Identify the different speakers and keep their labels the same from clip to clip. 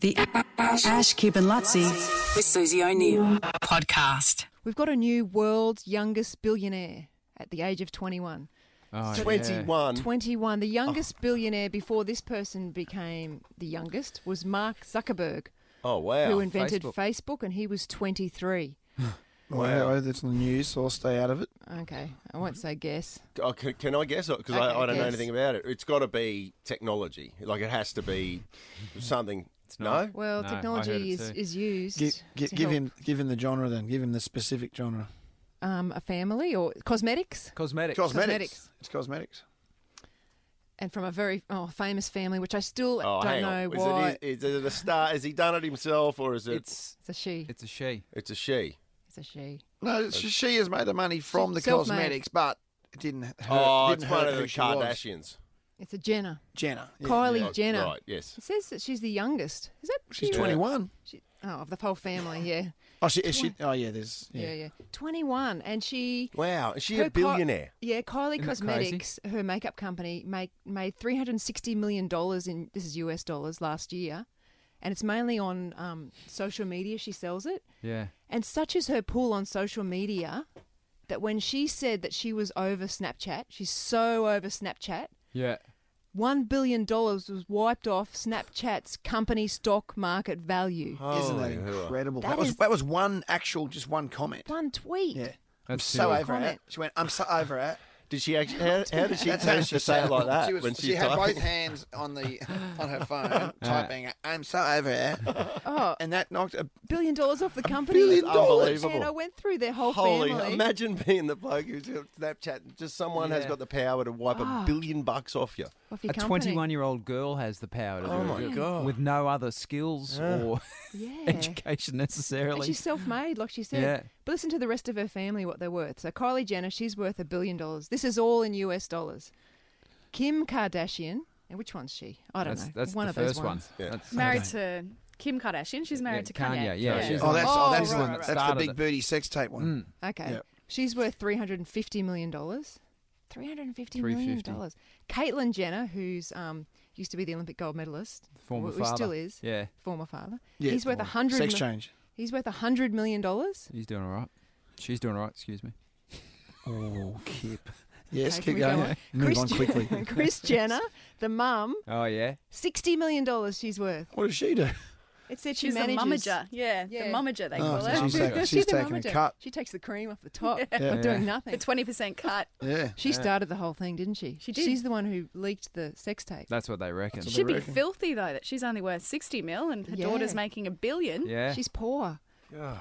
Speaker 1: The Ash, Kip and Lutzi
Speaker 2: with Susie O'Neill podcast.
Speaker 3: We've got a new world's youngest billionaire at the age of 21.
Speaker 4: Oh, yeah.
Speaker 5: 21.
Speaker 3: 21. The youngest billionaire before this person became the youngest was Mark Zuckerberg,
Speaker 5: Oh, wow.
Speaker 3: who invented
Speaker 4: Facebook.
Speaker 3: Facebook. and he was 23.
Speaker 6: Wow, Oh, that's in the news, so I'll stay out of it.
Speaker 3: Okay, I won't say guess.
Speaker 5: Oh, can, can I guess? Because
Speaker 3: Okay,
Speaker 5: I, I don't know
Speaker 3: guess.
Speaker 5: anything about it. It's got to be technology. Like, it has to be something. no?
Speaker 3: Well,
Speaker 4: No, I heard
Speaker 3: technology
Speaker 4: it
Speaker 3: is,
Speaker 4: too.
Speaker 3: is used.
Speaker 6: Give, give,
Speaker 3: to
Speaker 6: give
Speaker 3: help,
Speaker 6: him, give him the genre then. Give him the specific genre.
Speaker 3: um, a family or cosmetics.
Speaker 4: Cosmetics.
Speaker 3: Cosmetics.
Speaker 6: It's cosmetics.
Speaker 3: And from a very oh, famous family, which I still
Speaker 5: Oh,
Speaker 3: don't
Speaker 5: hang
Speaker 3: know
Speaker 5: on. Is
Speaker 3: why.
Speaker 5: it, is, is it a star? Has he done it himself or is it? It's,
Speaker 4: It's
Speaker 3: it's a she.
Speaker 4: it's a she.
Speaker 5: a she.
Speaker 3: It's a she.
Speaker 6: No, she, she has made the money from the
Speaker 3: Self-made.
Speaker 6: cosmetics, but it didn't hurt,
Speaker 5: Oh,
Speaker 6: didn't
Speaker 5: it's
Speaker 6: hurt
Speaker 5: one of
Speaker 6: who
Speaker 5: the
Speaker 6: she was.
Speaker 5: Kardashians.
Speaker 3: It's a Jenner.
Speaker 6: Jenner. Yeah,
Speaker 3: Kylie
Speaker 6: yeah.
Speaker 5: Oh,
Speaker 3: Jenner.
Speaker 5: Right, yes.
Speaker 3: It says that she's the youngest. Is that
Speaker 6: She's
Speaker 3: you?
Speaker 6: 21.
Speaker 3: She, oh, of the whole family, yeah.
Speaker 6: Oh, she, is she, oh yeah, there's...
Speaker 3: yeah, yeah,
Speaker 6: Yeah.
Speaker 3: 21, and she.
Speaker 5: Wow. Is she
Speaker 3: her
Speaker 5: a
Speaker 3: Ki-
Speaker 5: billionaire?
Speaker 3: yeah, Kylie
Speaker 4: Isn't that
Speaker 3: Cosmetics, her makeup company, make, made 360 million dollars in this is US dollars last year, and it's mainly on um, social media. She sells it,
Speaker 4: Yeah.
Speaker 3: and such is her pull on social media that when she said that she was over Snapchat, she's so over Snapchat.
Speaker 4: Yeah.
Speaker 3: One billion dollars was wiped off Snapchat's company stock market value.
Speaker 6: Isn't that
Speaker 5: Holy hoo-ah.
Speaker 6: incredible?
Speaker 3: That
Speaker 6: That, was,
Speaker 3: is-
Speaker 6: that was one actual, just one comment.
Speaker 3: One tweet.
Speaker 6: Yeah. I'm
Speaker 4: That's
Speaker 6: so
Speaker 4: silly.
Speaker 6: over it.
Speaker 3: Comment.
Speaker 6: She went, I'm so over it.
Speaker 5: Did she actually? How, how did she
Speaker 6: That's how
Speaker 5: manage to say it like that
Speaker 6: She, was,
Speaker 5: when
Speaker 6: she,
Speaker 5: she,
Speaker 6: had
Speaker 5: typed
Speaker 6: both
Speaker 5: it?
Speaker 6: hands on the on her phone, typing, "I'm so over it,"
Speaker 3: Oh,
Speaker 6: and that knocked a
Speaker 3: billion dollars off the company.
Speaker 5: billion
Speaker 3: That's
Speaker 5: dollars.
Speaker 3: unbelievable. And I went through their whole
Speaker 5: Holy!
Speaker 3: family.
Speaker 5: Imagine being the bloke who's on Snapchat. and Just someone has
Speaker 4: Yeah.
Speaker 5: got the power to wipe
Speaker 3: Ah.
Speaker 5: a billion bucks off you.
Speaker 3: off your
Speaker 4: A
Speaker 3: company.
Speaker 4: 21 year old girl has the power to
Speaker 5: Oh
Speaker 4: do
Speaker 5: my
Speaker 4: it
Speaker 5: God.
Speaker 4: with no other skills or
Speaker 3: Yeah.
Speaker 4: education
Speaker 3: And
Speaker 4: necessarily.
Speaker 3: she's self-made, like she said.
Speaker 4: Yeah.
Speaker 3: But listen to the rest of her family, what they're worth. So Kylie Jenner, she's worth a billion dollars. This is all in US dollars. Kim Kardashian, and which one's she? I don't
Speaker 4: that's
Speaker 3: know.
Speaker 4: that's
Speaker 3: one
Speaker 4: the
Speaker 3: of
Speaker 4: first
Speaker 3: those ones.
Speaker 4: one.
Speaker 5: Yeah.
Speaker 4: That's-
Speaker 7: married to Kim Kardashian. She's married
Speaker 4: Yeah,
Speaker 7: to Kanye.
Speaker 4: Kanye, yeah, she's- Mm,
Speaker 6: Oh, that's
Speaker 3: Oh,
Speaker 6: oh, that's
Speaker 3: right,
Speaker 6: the one.
Speaker 3: right, right.
Speaker 6: That's the
Speaker 4: Started
Speaker 6: big
Speaker 4: it.
Speaker 6: booty sex tape one.
Speaker 3: Okay.
Speaker 6: Yep.
Speaker 3: She's worth three hundred and fifty million dollars. Three hundred and fifty million dollars. Caitlyn Jenner, who's um, used to be the Olympic gold medalist,
Speaker 4: Former
Speaker 3: who still
Speaker 4: father.
Speaker 3: is,
Speaker 4: Yeah.
Speaker 3: former father.
Speaker 6: Yeah,
Speaker 3: he's worth a
Speaker 6: former.
Speaker 3: hundred.
Speaker 6: Sex change.
Speaker 3: He's worth a hundred million dollars.
Speaker 4: He's doing all right. She's doing all right. Excuse me.
Speaker 6: Oh, Kip. Yes,
Speaker 3: Okay,
Speaker 6: keep
Speaker 3: can we
Speaker 6: going.
Speaker 3: go on?
Speaker 6: Move
Speaker 3: Kris
Speaker 6: on
Speaker 3: Jen-
Speaker 6: quickly.
Speaker 3: Kris Jenner, the mum,
Speaker 4: Oh yeah.
Speaker 3: sixty million dollars she's worth.
Speaker 6: what does she do?
Speaker 3: It said she
Speaker 7: She's a
Speaker 3: manages.
Speaker 7: mummager. Yeah,
Speaker 3: Yeah.
Speaker 7: the mummager they
Speaker 6: Oh,
Speaker 7: call
Speaker 6: so
Speaker 7: her.
Speaker 6: she's, taking, she's
Speaker 3: the
Speaker 6: taking a
Speaker 3: mummager.
Speaker 6: cut.
Speaker 3: She takes the cream off the top,
Speaker 6: Yeah.
Speaker 3: doing nothing.
Speaker 7: The twenty percent cut.
Speaker 6: Yeah.
Speaker 3: she started the whole thing, didn't she?
Speaker 7: She did.
Speaker 3: She's the one who leaked the sex tape.
Speaker 4: That's what they reckon.
Speaker 7: She'd be
Speaker 6: reckon.
Speaker 7: filthy though that she's only worth sixty mil and her
Speaker 3: Yeah.
Speaker 7: daughter's making a billion.
Speaker 4: Yeah.
Speaker 3: She's poor.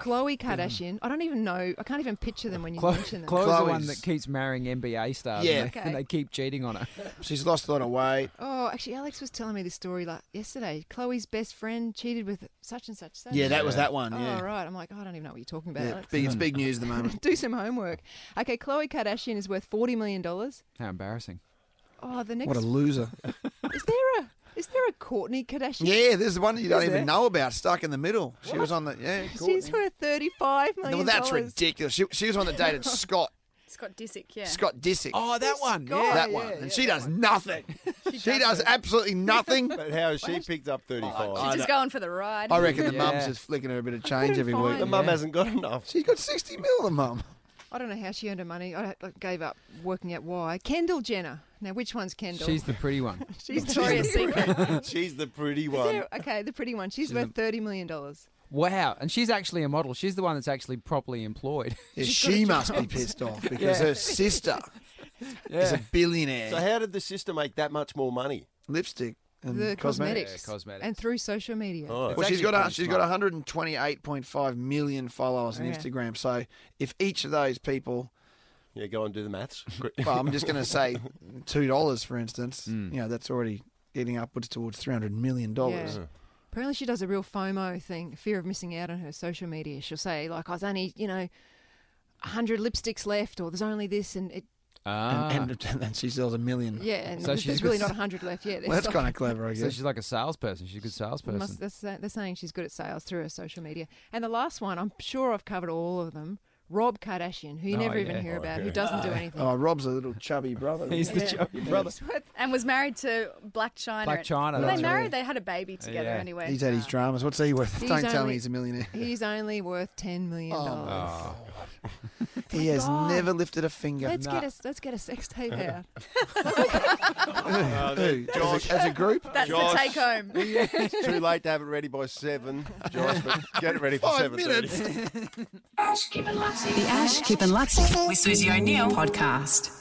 Speaker 3: Chloe Kardashian. I don't even know. I can't even picture them when you
Speaker 4: Chloe,
Speaker 3: mention them.
Speaker 4: Chloe's the one
Speaker 6: Chloe's-
Speaker 4: that keeps marrying NBA stars.
Speaker 6: Yeah.
Speaker 4: And they, and
Speaker 3: Okay.
Speaker 4: they keep cheating on her.
Speaker 6: She's lost a lot of weight.
Speaker 3: Oh, actually, Alex was telling me this story like yesterday. Chloe's best friend cheated with such and such. such.
Speaker 6: Yeah, that was that one.
Speaker 3: Oh,
Speaker 6: Yeah.
Speaker 3: right. I'm like, I don't even know what you're talking about.
Speaker 6: yeah
Speaker 3: Alex.
Speaker 6: big, it's big news at the moment.
Speaker 3: Do some homework. Okay, Chloe Kardashian is worth forty million dollars.
Speaker 4: How embarrassing.
Speaker 3: Oh, the next
Speaker 6: What a loser.
Speaker 3: is there a is there a Courtney Kardashian?
Speaker 6: Yeah, this is one you don't
Speaker 4: Is
Speaker 6: even
Speaker 4: there?
Speaker 6: know about. Stuck in the middle. She was on the. Yeah,
Speaker 3: She's
Speaker 6: Courtney.
Speaker 3: worth thirty five million.
Speaker 6: No, that's
Speaker 3: dollars.
Speaker 6: ridiculous. She, she was on the date dated Scott.
Speaker 7: Scott Disick, yeah.
Speaker 6: Scott Disick.
Speaker 4: Oh, that one.
Speaker 3: Scott.
Speaker 6: that
Speaker 3: yeah,
Speaker 6: one.
Speaker 3: yeah,
Speaker 6: and she does nothing. She, does absolutely nothing.
Speaker 5: But how has she picked
Speaker 3: Oh,
Speaker 5: up thirty-five?
Speaker 7: She's just going for the ride.
Speaker 6: I reckon the
Speaker 4: Yeah.
Speaker 6: mum's just flicking her a bit of change
Speaker 3: couldn't
Speaker 6: every week.
Speaker 3: find
Speaker 5: The mum hasn't got enough.
Speaker 6: She got 60 mil, the mum.
Speaker 3: I don't know how she earned her money. I I gave up working out why. Kendall Jenner. Now, which one's Kendall?
Speaker 4: She's the pretty one.
Speaker 3: She's the
Speaker 7: Victoria's Secret.
Speaker 5: She's the pretty
Speaker 3: Is
Speaker 5: one.
Speaker 3: there- okay, the pretty one. She's,
Speaker 4: She's
Speaker 3: worth
Speaker 4: the-
Speaker 3: thirty million dollars.
Speaker 4: Wow. And she's actually a model. She's the one that's actually properly employed.
Speaker 6: Yeah, she must be pissed off because
Speaker 4: Yeah.
Speaker 6: her sister is a billionaire.
Speaker 5: So how did the sister make that much more money?
Speaker 6: Lipstick and
Speaker 3: The
Speaker 6: Mm, cosmetics.
Speaker 3: cosmetics.
Speaker 4: Yeah, cosmetics.
Speaker 3: And through social media.
Speaker 5: Oh,
Speaker 6: Well,
Speaker 4: It's
Speaker 6: she's got
Speaker 4: actually
Speaker 6: a,
Speaker 4: pretty
Speaker 6: she's got
Speaker 4: smart.
Speaker 6: 128.5 million followers on
Speaker 3: Yeah.
Speaker 6: Instagram. So if each of those people,
Speaker 5: yeah, go and do the maths.
Speaker 6: well, I'm just going to say two dollars, for instance, you know, that's already getting upwards towards 300 million dollars.
Speaker 3: Yeah. Apparently, she does a real FOMO thing, fear of missing out on her social media. She'll say like, "I was only, you know, hundred lipsticks left, or there's only this," and it,
Speaker 4: Ah.
Speaker 6: And, and, and then she sells a million.
Speaker 3: yeah, and
Speaker 4: So
Speaker 3: there's
Speaker 4: she's
Speaker 3: really
Speaker 4: got-
Speaker 3: not hundred left yet.
Speaker 6: Well, that's kind of clever, I
Speaker 4: so
Speaker 6: guess.
Speaker 4: she's like a salesperson. She's a good salesperson.
Speaker 3: Must, that's, they're saying she's good at sales through her social media. And the last one, I'm sure I've covered all of them. Rob Kardashian, who you
Speaker 4: Oh,
Speaker 3: never
Speaker 4: yeah.
Speaker 3: even hear about,
Speaker 5: yeah.
Speaker 3: who doesn't do anything.
Speaker 6: Oh, Rob's a little chubby brother.
Speaker 4: He's the chubby brother.
Speaker 7: And was married to Black China.
Speaker 4: Black China,
Speaker 7: Were
Speaker 4: that's
Speaker 7: they married?
Speaker 6: right.
Speaker 7: They had a baby together
Speaker 4: Yeah.
Speaker 7: anyway.
Speaker 6: He's had his dramas. What's he worth?
Speaker 3: He's
Speaker 6: Don't tell
Speaker 3: only-
Speaker 6: me he's a millionaire.
Speaker 3: He's only worth ten million dollars.
Speaker 6: He has
Speaker 3: God.
Speaker 6: never lifted a finger.
Speaker 3: Let's get a let's get a sex tape out.
Speaker 6: Who? As, Oh, a, as a group?
Speaker 7: That's
Speaker 5: Josh.
Speaker 7: the take home.
Speaker 5: It's too late to have it ready by seven, Josh. But get it ready for
Speaker 6: Five
Speaker 5: seven
Speaker 6: minutes.
Speaker 5: thirty.
Speaker 1: The Ash, Kip and Lutzi
Speaker 2: with Susie O'Neill podcast.